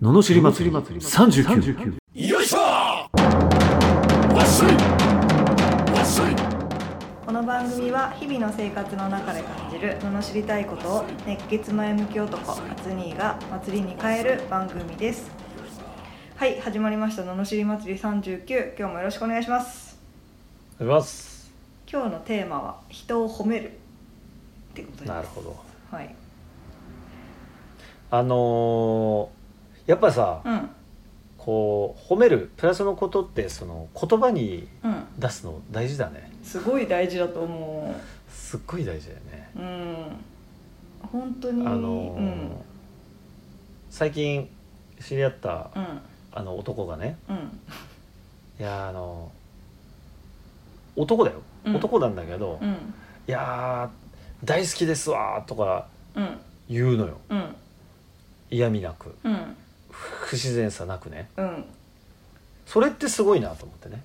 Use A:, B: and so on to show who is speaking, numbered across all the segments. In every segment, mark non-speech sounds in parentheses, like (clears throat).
A: ののしり祭り39
B: よいしょわっしょいわっしょい
C: この番組は日々の生活の中で感じる罵りたいことを熱血前向き男アツニーが祭りに変える番組ですはい始まりました罵り祭り39今日もよろしくお願いします
D: あります
C: 今日のテーマは人を褒めるってことです
D: なるほど
C: はい
D: あのーやっぱさ、
C: うん
D: こう褒めるプラスのことってその言葉に
C: うん
D: 出すの大事だね
C: すごい大事だと思
D: すっごい大事だよね、
C: ううん本当に
D: あのー
C: うん
D: 最近知り合った
C: うん
D: あの男がね
C: うん
D: いやーあのー男だよ、
C: うん
D: 男なんだけど、
C: う
D: い
C: ん
D: やー大好きですわーとか
C: うん
D: 言うのよ
C: うん
D: 嫌味なく
C: うん
D: 不自然さなくね
C: うん
D: それってすごいなと思ってね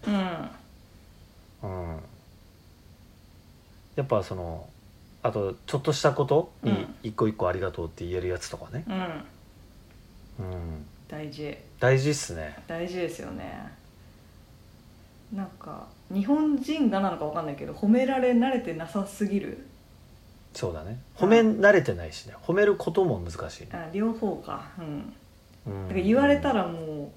C: うん
D: うんやっぱそのあとちょっとしたこと
C: う
D: に
C: ん
D: 一個一個ありがとうって言えるやつとかね、
C: うん
D: うん、
C: 大事
D: 大事っすね
C: 大事ですよねなんか日本人がなのかわかんないけど褒められ慣れてなさすぎる
D: そうだね褒め慣れてないしね褒めることも難しい、
C: あ両方かうん
D: うん
C: だから言われたらもう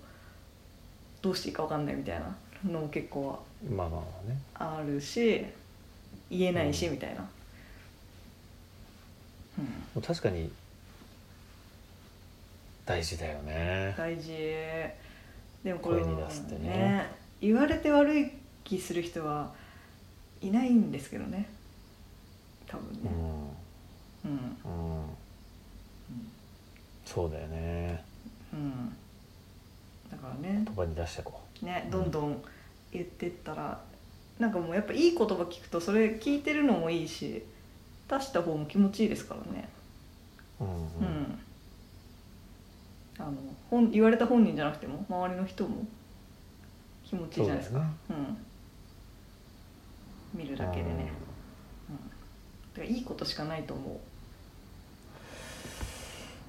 C: どうしていいかわかんないみたいなのも結構
D: まあまあまあね
C: あるし言えないし
D: うん
C: みたいなうん
D: もう確かに大事だよね
C: 大事でもこれ
D: 声に出すってね
C: 言われて悪い気する人はいないんですけどね多分
D: う
C: ね
D: ん
C: う
D: う
C: ん
D: んそうだよね
C: うんだからね
D: 言葉に出してこ
C: ねどんどん言ってったら、なんかもうやっぱいい言葉聞くとそれ聞いてるのもいいし出した方も気持ちいいですからね
D: う、うん
C: うん、あの本言われた本人じゃなくても周りの人も気持ちいいじゃないですか
D: ね
C: う,、ん見るだけでね、うんだからいいことしかないと思う
D: うん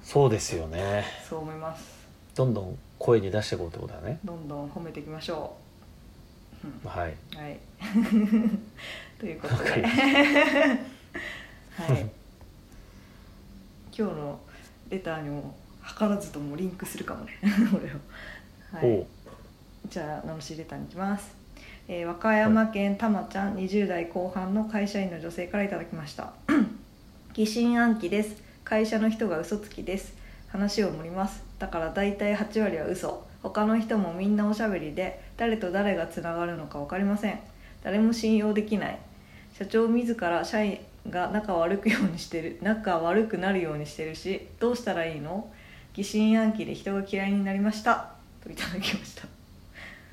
D: そうですよね
C: そう思います
D: どんどん声に出していこうってことだね
C: どんどん褒めていきましょう、うん
D: はい
C: はい。ということ
D: わ
C: で。
D: かり
C: (laughs) は
D: ま
C: い。今日のレターにも図らずともリンクするかもね。 (laughs) これを。はい。
D: お
C: じゃあ、ののしレターに行きます。えー和歌山県たまちゃん20代後半の会社員の女性からいただきました。 (clears throat) 疑心暗鬼です。会社の人が嘘つきです。話を盛ります。だから大体8割は嘘。他の人もみんなおしゃべりで、誰と誰がつながるのか分かりません。誰も信用できない。社長自ら社員が仲悪くようにしてる仲悪くなるようにしてるしどうしたらいいの疑心暗鬼で人が嫌いになりましたといただきました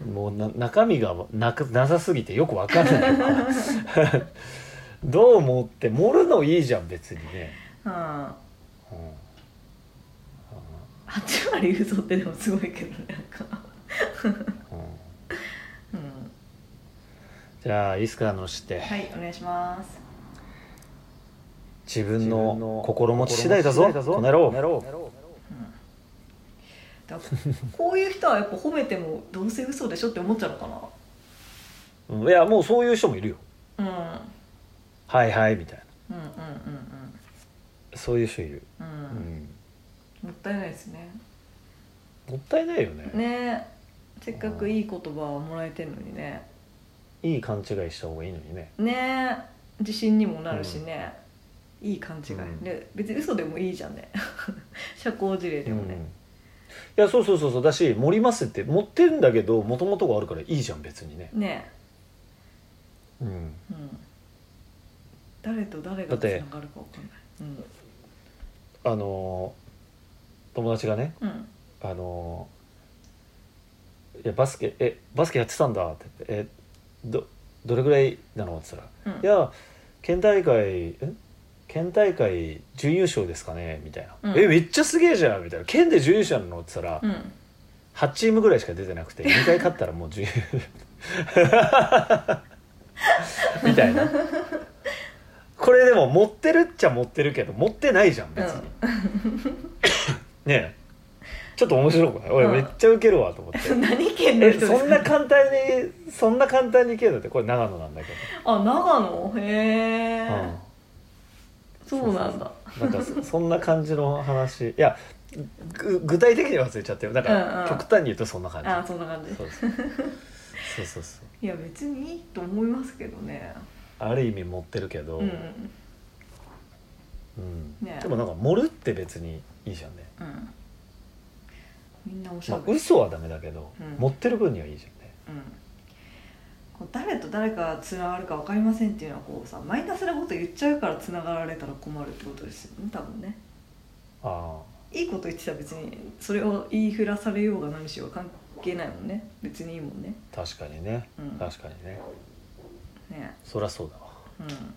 D: もうな中身がなくなさすぎてよくわかんないわ (laughs) どう思って盛るのいいじゃん別にね、
C: うん
D: うんうん
C: 8割嘘ってでもすごいけどねなんか
D: うん
C: うん
D: じゃあいいっすかあのして、
C: はいお願いします
D: 自分の心持ち次第だぞこの野郎
C: だこういう人はやっぱ褒めてもどうせ嘘でしょって思っちゃうのか
D: うんいやもうそういう人もいるよ
C: なうん
D: はいはいみたい
C: うんうん
D: なそういう人いる、
C: うんうん
D: う
C: うんうん
D: ん、
C: もったいないですね
D: もったいないよね
C: ねえせっかくいい言葉をもらえてるのにね
D: いい勘違いした方がいいのにね
C: ね自信にもなるしね、いい勘違い、
D: うん
C: で別に嘘でもいいじゃんね (laughs) 社交辞令でも
D: うん
C: ね、
D: いやそうそうそうそうだし盛りますって持ってるんだけどもともとがあるからいいじゃん別にね、
C: ね
D: うん、
C: うん、誰と誰がつながるか分かんない
D: あのー友達がね
C: うんうん
D: あのーいやバスケえバスケやってたんだって言ってえどどれぐらいなのって言った
C: う
D: ら「
C: ん
D: いや県大会ん県大会準優勝ですかね」みたいな「
C: うん
D: えめっちゃすげえじゃん」みたいな「県で準優勝なの?」って言ったら、
C: うん
D: 8チームぐらいしか出てなく
C: (laughs)
D: て2回勝ったらもう準優みたいなこれでも持 (laughs) ってるっちゃ持ってるけど持ってないじゃん別に、ねえちょっと面白くない俺
C: うん
D: めっちゃウケるわと
C: (laughs)
D: 思って
C: 何県の
D: え
C: 人ですか
D: そんな簡単にそんな簡単にいけるのってこれ長野なんだけ
C: あ長野へ (laughs) え、
D: ど、うん
C: そうなんだ
D: なんかそそんな感じの話いやぐ具体的には忘れちゃってなん
C: うんう
D: か
C: ん
D: 極端に言うとそんな感じ、
C: あそんな感じ
D: そうそうそうそうそう
C: いや別にいいと思いますけどね
D: ある意味持ってるけど、
C: うん
D: うん
C: ね
D: でもなんか盛るって別にいいじゃんね、
C: うんみんなおし
D: ま
C: ゃ
D: あ
C: べ、り、
D: 嘘はダメだけど、
C: うん
D: 持ってる分にはいいじゃんね
C: うんこう誰と誰がつながるか分かりませんっていうのはこうさマイナスなこと言っちゃうからつながられたら困るってことですよね多分ね
D: あ
C: いいこと言ってたら別にそれを言いふらされようが何しようが関係ないもんね別にいいもんね
D: あ確かにね、
C: うん
D: 確かにね
C: ね
D: そりゃそうだわ
C: うん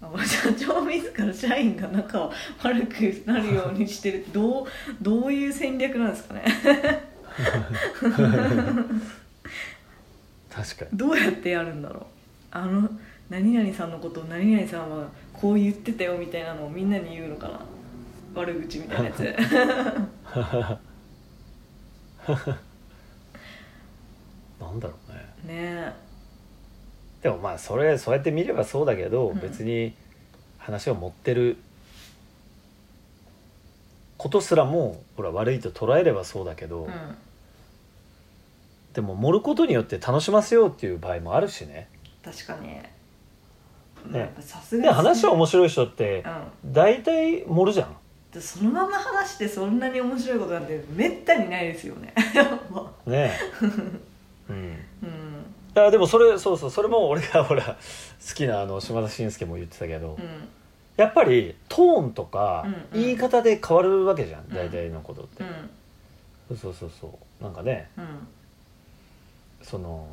C: あ社長自ら社員が仲を悪くなるようにしてるどうどういう戦略なんですかね (laughs)
D: 確かに
C: どうやってやるんだろうあの何々さんのことを何々さんはこう言ってたよみたいなのをみんなに言うのかな悪口みたいな
D: (laughs)
C: やつ
D: なんだろうね
C: ねえ
D: でもまあそれそうやって見ればそうだけど、
C: うん
D: 別に話を持ってることすらもほら悪いと捉えればそうだけど、
C: うん
D: でも盛ることによって楽しませようっていう場合もあるしね
C: 確かにまあ
D: ね
C: やっぱさすが
D: で話は
C: う
D: 面白い人って
C: ん
D: 大体盛るじゃん
C: でそのまま話してそんなに面白いことなんてめったにないですよねも
D: ねえうん
C: ううん
D: いやでもそれそうそうそれも俺がほら好きなあの島田紳介も言ってたけど、
C: うん
D: やっぱりトーンとか
C: うんうん
D: 言い方で変わるわけじゃん、
C: ん
D: 大体のことって
C: う、ん
D: そうそうそうそうなんかね
C: うん
D: その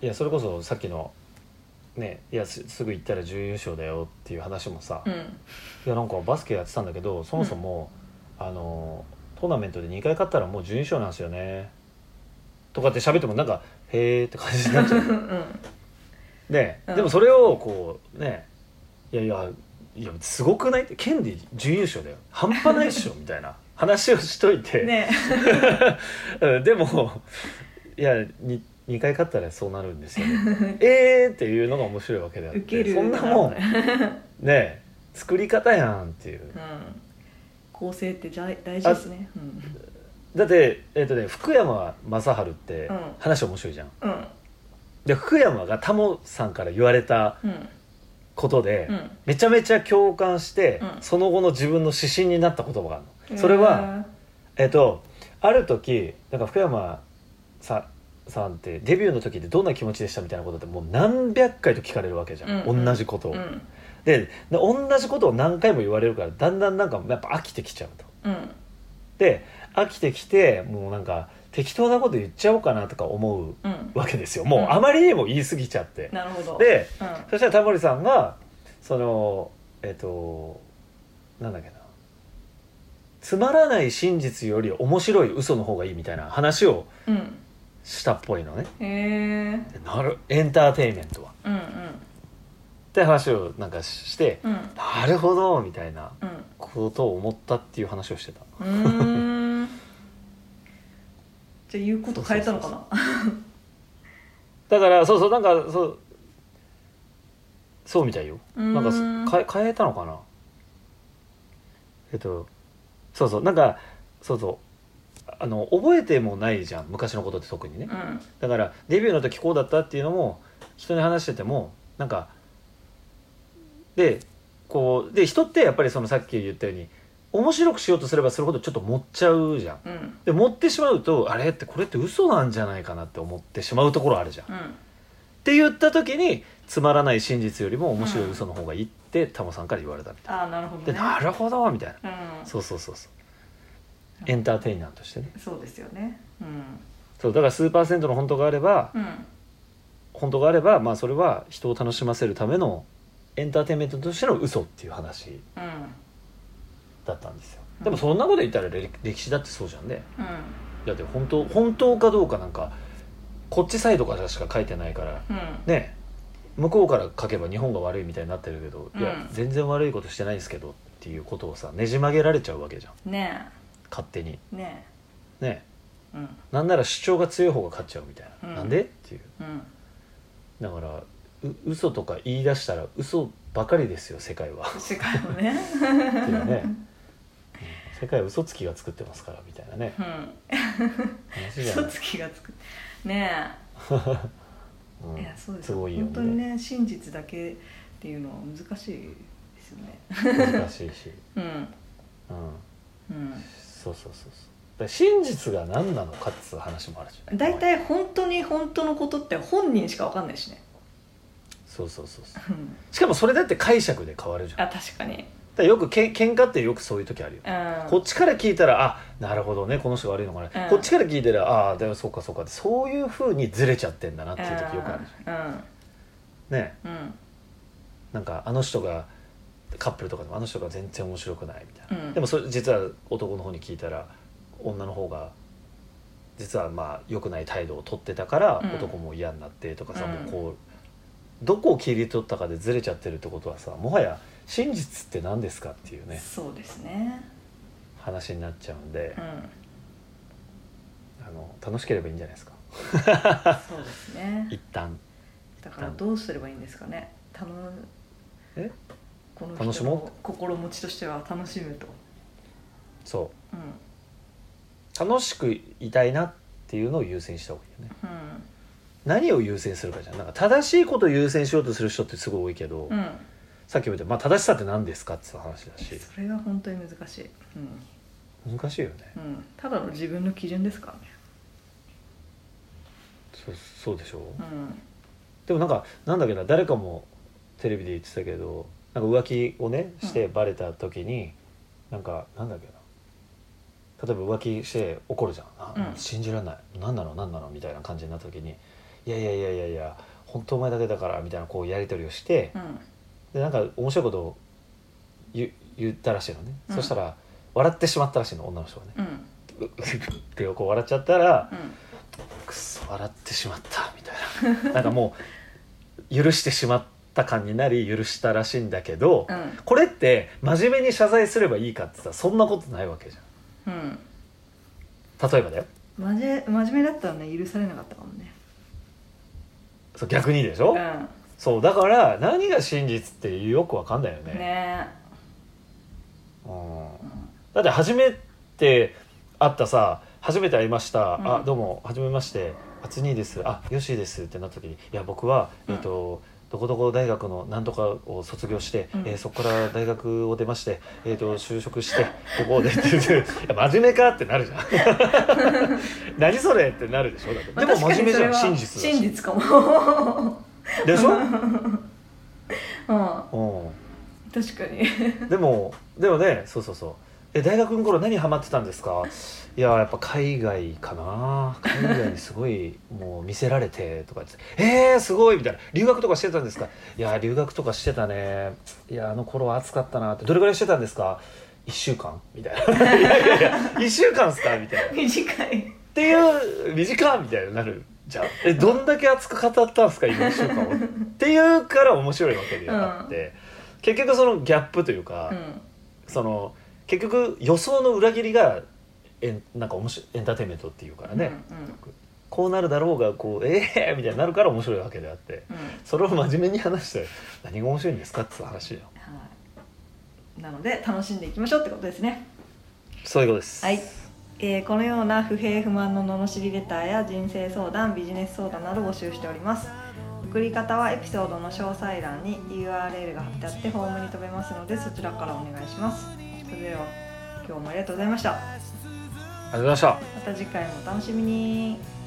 D: いやそれこそさっきのねいやすすぐ行ったら準優勝だよっていう話もさ、
C: う
D: い
C: ん
D: やなんかバスケやってたんだけどそもそも、あのトーナメントで2回勝ったらもう準優勝なんですよねとかって喋ってもなんか「へーって感じになっ
C: (laughs)
D: ちゃうね、
C: うん
D: でもそれをこうねいやいやいやすごくないってケンディ準優勝だよ半端ないっ
C: (laughs)
D: しょみたいな話をしといて、
C: うんね
D: うんでもいやに2回勝ったらそうなるんですよ、
C: (laughs)
D: ね、えーっていうのが面白いわけであっ
C: ウケ
D: て
C: る
D: そんなもん
C: う
D: ねえ作り方やんっていう
C: うん構成ってじゃ大事ですねうん
D: だってえっ、とね福山雅治って
C: うん
D: 話面白いじゃん、
C: うん
D: で福山がタモさんから言われた
C: うん
D: ことで、
C: うん
D: めちゃめちゃ共感して、
C: うん
D: その後の自分の指針になった言葉があるのそれは、えっとある時なんか福山ささんってデビューの時ってどんな気持ちでしたみたいなことってもう何百回と聞かれるわけじゃん、
C: うんうん
D: 同じことを、
C: うん
D: でで同じことを何回も言われるからだんだんなんかやっぱ飽きてきちゃうと
C: うん
D: で飽きてきてもうなんか適当なこと言っちゃおうかなとか思
C: うん
D: うわけですよもううんあまりにも言い過ぎちゃって、
C: なるほど
D: で
C: うん
D: そしたらタモリさんがそのえっとなんだっけなつまらない真実より面白い嘘の方がいいみたいな話を
C: うん
D: したっぽいのね
C: へえ
D: なるエンターテインメントはっ
C: うん
D: て話をなんかして
C: うん
D: なるほどみたいな
C: うん
D: ことを思ったっていう話をしてた
C: うんうーんじゃあ言うこと変えたのかな
D: だからそうそうなんかそうそうみたいよなんかそ
C: うん
D: か変えたのかなえっとそうそうなんかそうそうあの覚えてもないじゃん昔のことって特にね
C: うん
D: だからデビューの時こうだったっていうのも人に話しててもなんかでこうで人ってやっぱりそのさっき言ったように面白くしようとすればするほどちょっと持っちゃうじゃん
C: うん
D: で持ってしまうとあれってこれって嘘なんじゃないかなって思ってしまうところあるじゃん
C: う
D: っ
C: ん
D: て言った時につまらない真実よりも面白い嘘の方がいいってタモさんから言われたみたい
C: ああなるほ
D: で
C: どね
D: なるほどみたいな
C: うん
D: そうそうそうそうエンターテイナーとしてね
C: そうですよねうん
D: そうだから数パーセントの本当があれば
C: うん
D: 本当があればまあそれは人を楽しませるためのエンターテインメントとしての嘘っていう話
C: うん
D: だったんですよ
C: うん
D: でもそんなこと言ったら歴歴史だってそうじゃんね
C: う
D: だって本当本当かどうかなんかこっちサイドからしか書いてないから
C: んうん
D: ね向こうから書けば日本が悪いみたいになってるけど、いや
C: うん
D: 全然悪いことしてないんですけどっていうことをさねじ曲げられちゃうわけじゃん
C: ね
D: 勝手に
C: ね
D: ね
C: えうん
D: なんなら主張が強い方が勝っちゃうみたいな、
C: うん
D: なんでっていう
C: うん
D: だからう嘘とか言い出したら嘘ばかりですよ世界は
C: 世界もね
D: っていう
C: (laughs)
D: ね、うん世界は嘘つきが作ってますからみたいなね
C: う
D: 話じゃ
C: ん嘘
D: ない
C: つきがつくね
D: う
C: え、
D: ん
C: いやそうです
D: すごいよ
C: 本当にね真実だけっていうのは難しいですよね
D: 難しいし、
C: うん
D: うん、
C: う
D: そうそうそうそうだから真実が何なのかっつう話もあるじゃ
C: ん
D: ない
C: 大体本当に本当のことって本人しかわかんないしね
D: そうそうそうそう
C: うん
D: しかもそれだって解釈で変わるじゃんだ
C: あ確かに
D: からよくけん喧嘩ってよくそういう時あるよ
C: うん
D: こっちから聞いたらあなるほどねこの人が悪いのかな、
C: うん
D: こっちから聞いたらああでもそうかそうかってそういうふうにずれちゃってんだなっていう時よくあるじゃんね
C: うんうん
D: なんかあの人がカップルとかでもあの人が全然面白くないみたいな、
C: うん
D: でもそれ実は男の方に聞いたら女の方が実はまあ良くない態度を取ってたから
C: うん
D: 男も嫌になってとかさ、
C: うん
D: もうこうどこを切り取ったかでずれちゃってるってことはさもはや真実って何ですかっていうね
C: そうですね
D: 話になっちゃうんで
C: う、ん
D: あの楽しければいいんじゃないですか
C: そうですね
D: 一旦
C: だからどうすればいいんですかね楽
D: え
C: この
D: 楽し
C: 人
D: もう
C: の心持ちとしては楽しむと
D: そ
C: うん
D: う楽しくいたいなっていうのを優先した方がいいよね
C: うん
D: 何を優先するかじゃんなんか正しいことを優先しようとする人ってすごい多いけど、
C: うん、
D: さっきも言った、まあ、正しさって何ですかっていう話だし
C: それが本当に難しい、うん
D: 難しいよね
C: うん、ただの自分の基準ですからね、
D: そうそうでしょう、
C: うん、
D: でもなんかなんだっけな誰かもテレビで言ってたけどなんか浮気をねしてバレた時に、なんかなんだっけな例えば浮気して怒るじゃんあ、
C: うん
D: 信じられない何なの何なのみたいな感じになった時に「いやいやいやいやいや本当お前だけだから」みたいなこうやり取りをして、
C: うん
D: でなんか面白いことを言言ったらしいのね、
C: うん
D: そしたら笑ってしまったらしいの女の人がね
C: うん
D: ううってこう笑っちゃったら
C: うん
D: くっそ笑ってしまったみたいな (laughs) なんかもう許してしまった感になり許したらしいんだけど、
C: うん
D: これって真面目に謝罪すればいいかって言ったらそんなことないわけじゃ
C: うん
D: ん例えばだよ
C: 真面真面目だったらね許されなかったかもね
D: そう逆にでしょ、
C: う
D: そうだから何が真実ってよくわかんないよ
C: んね
D: うん
C: え、うん
D: だって初めて会ったさ初めて会いました、
C: うん
D: あどうも初めましてあつにーですあよしーですってなった時にいや僕は、
C: うん
D: えっとどこどこ大学のなんとかを卒業して、
C: うん
D: えーそこから大学を出まして、えー、と就職してここを出てる (laughs) いや真面目かってなるじゃん
C: (laughs)
D: 何それってなるでしょだって
C: まあ
D: でも
C: 確か
D: 真面
C: に
D: 目
C: そ
D: じ
C: れ
D: ゃん
C: は
D: 真実だ
C: 真
D: し
C: 実かも
D: で
C: (laughs)
D: しょ、
C: うん
D: うん、
C: 確かに (laughs)
D: でもでもねそうそうそうえ大学の頃何ハマってたんですかいややっぱ海外かな海外にすごい (laughs) もう見せられてとか言ってえー、すごいみたいな留学とかしてたんですかいや留学とかしてたねいやあの頃は暑かったなってどれぐらいしてたんですか1週間みたいな (laughs) いやいやいや1週間っすかみたいなっ
C: 短い
D: ていう短みたいになるじゃんえどんだけ熱く語ったんですか今1週間をっていうから面白いわけであって、結局そのギャップというか、
C: うん
D: その結局予想の裏切りがエンなんか面白いエンターテインメントっていうからね、
C: うんうん
D: こうなるだろうがこうええー、みたいになるから面白いわけであって
C: うん
D: それを真面目に話して何が面白いんですかっていう話よ
C: はいなので楽しんでいきましょうってことですね
D: そういうことです
C: はい、えーこのような不平不満の罵りレターや人生相談ビジネス相談など募集しております送り方はエピソードの詳細欄に URL が貼ってあってホームに飛べますのでそちらからお願いしますそれでは今日もありがとうございましたま
D: ありがとうございました
C: た次回もお楽しみに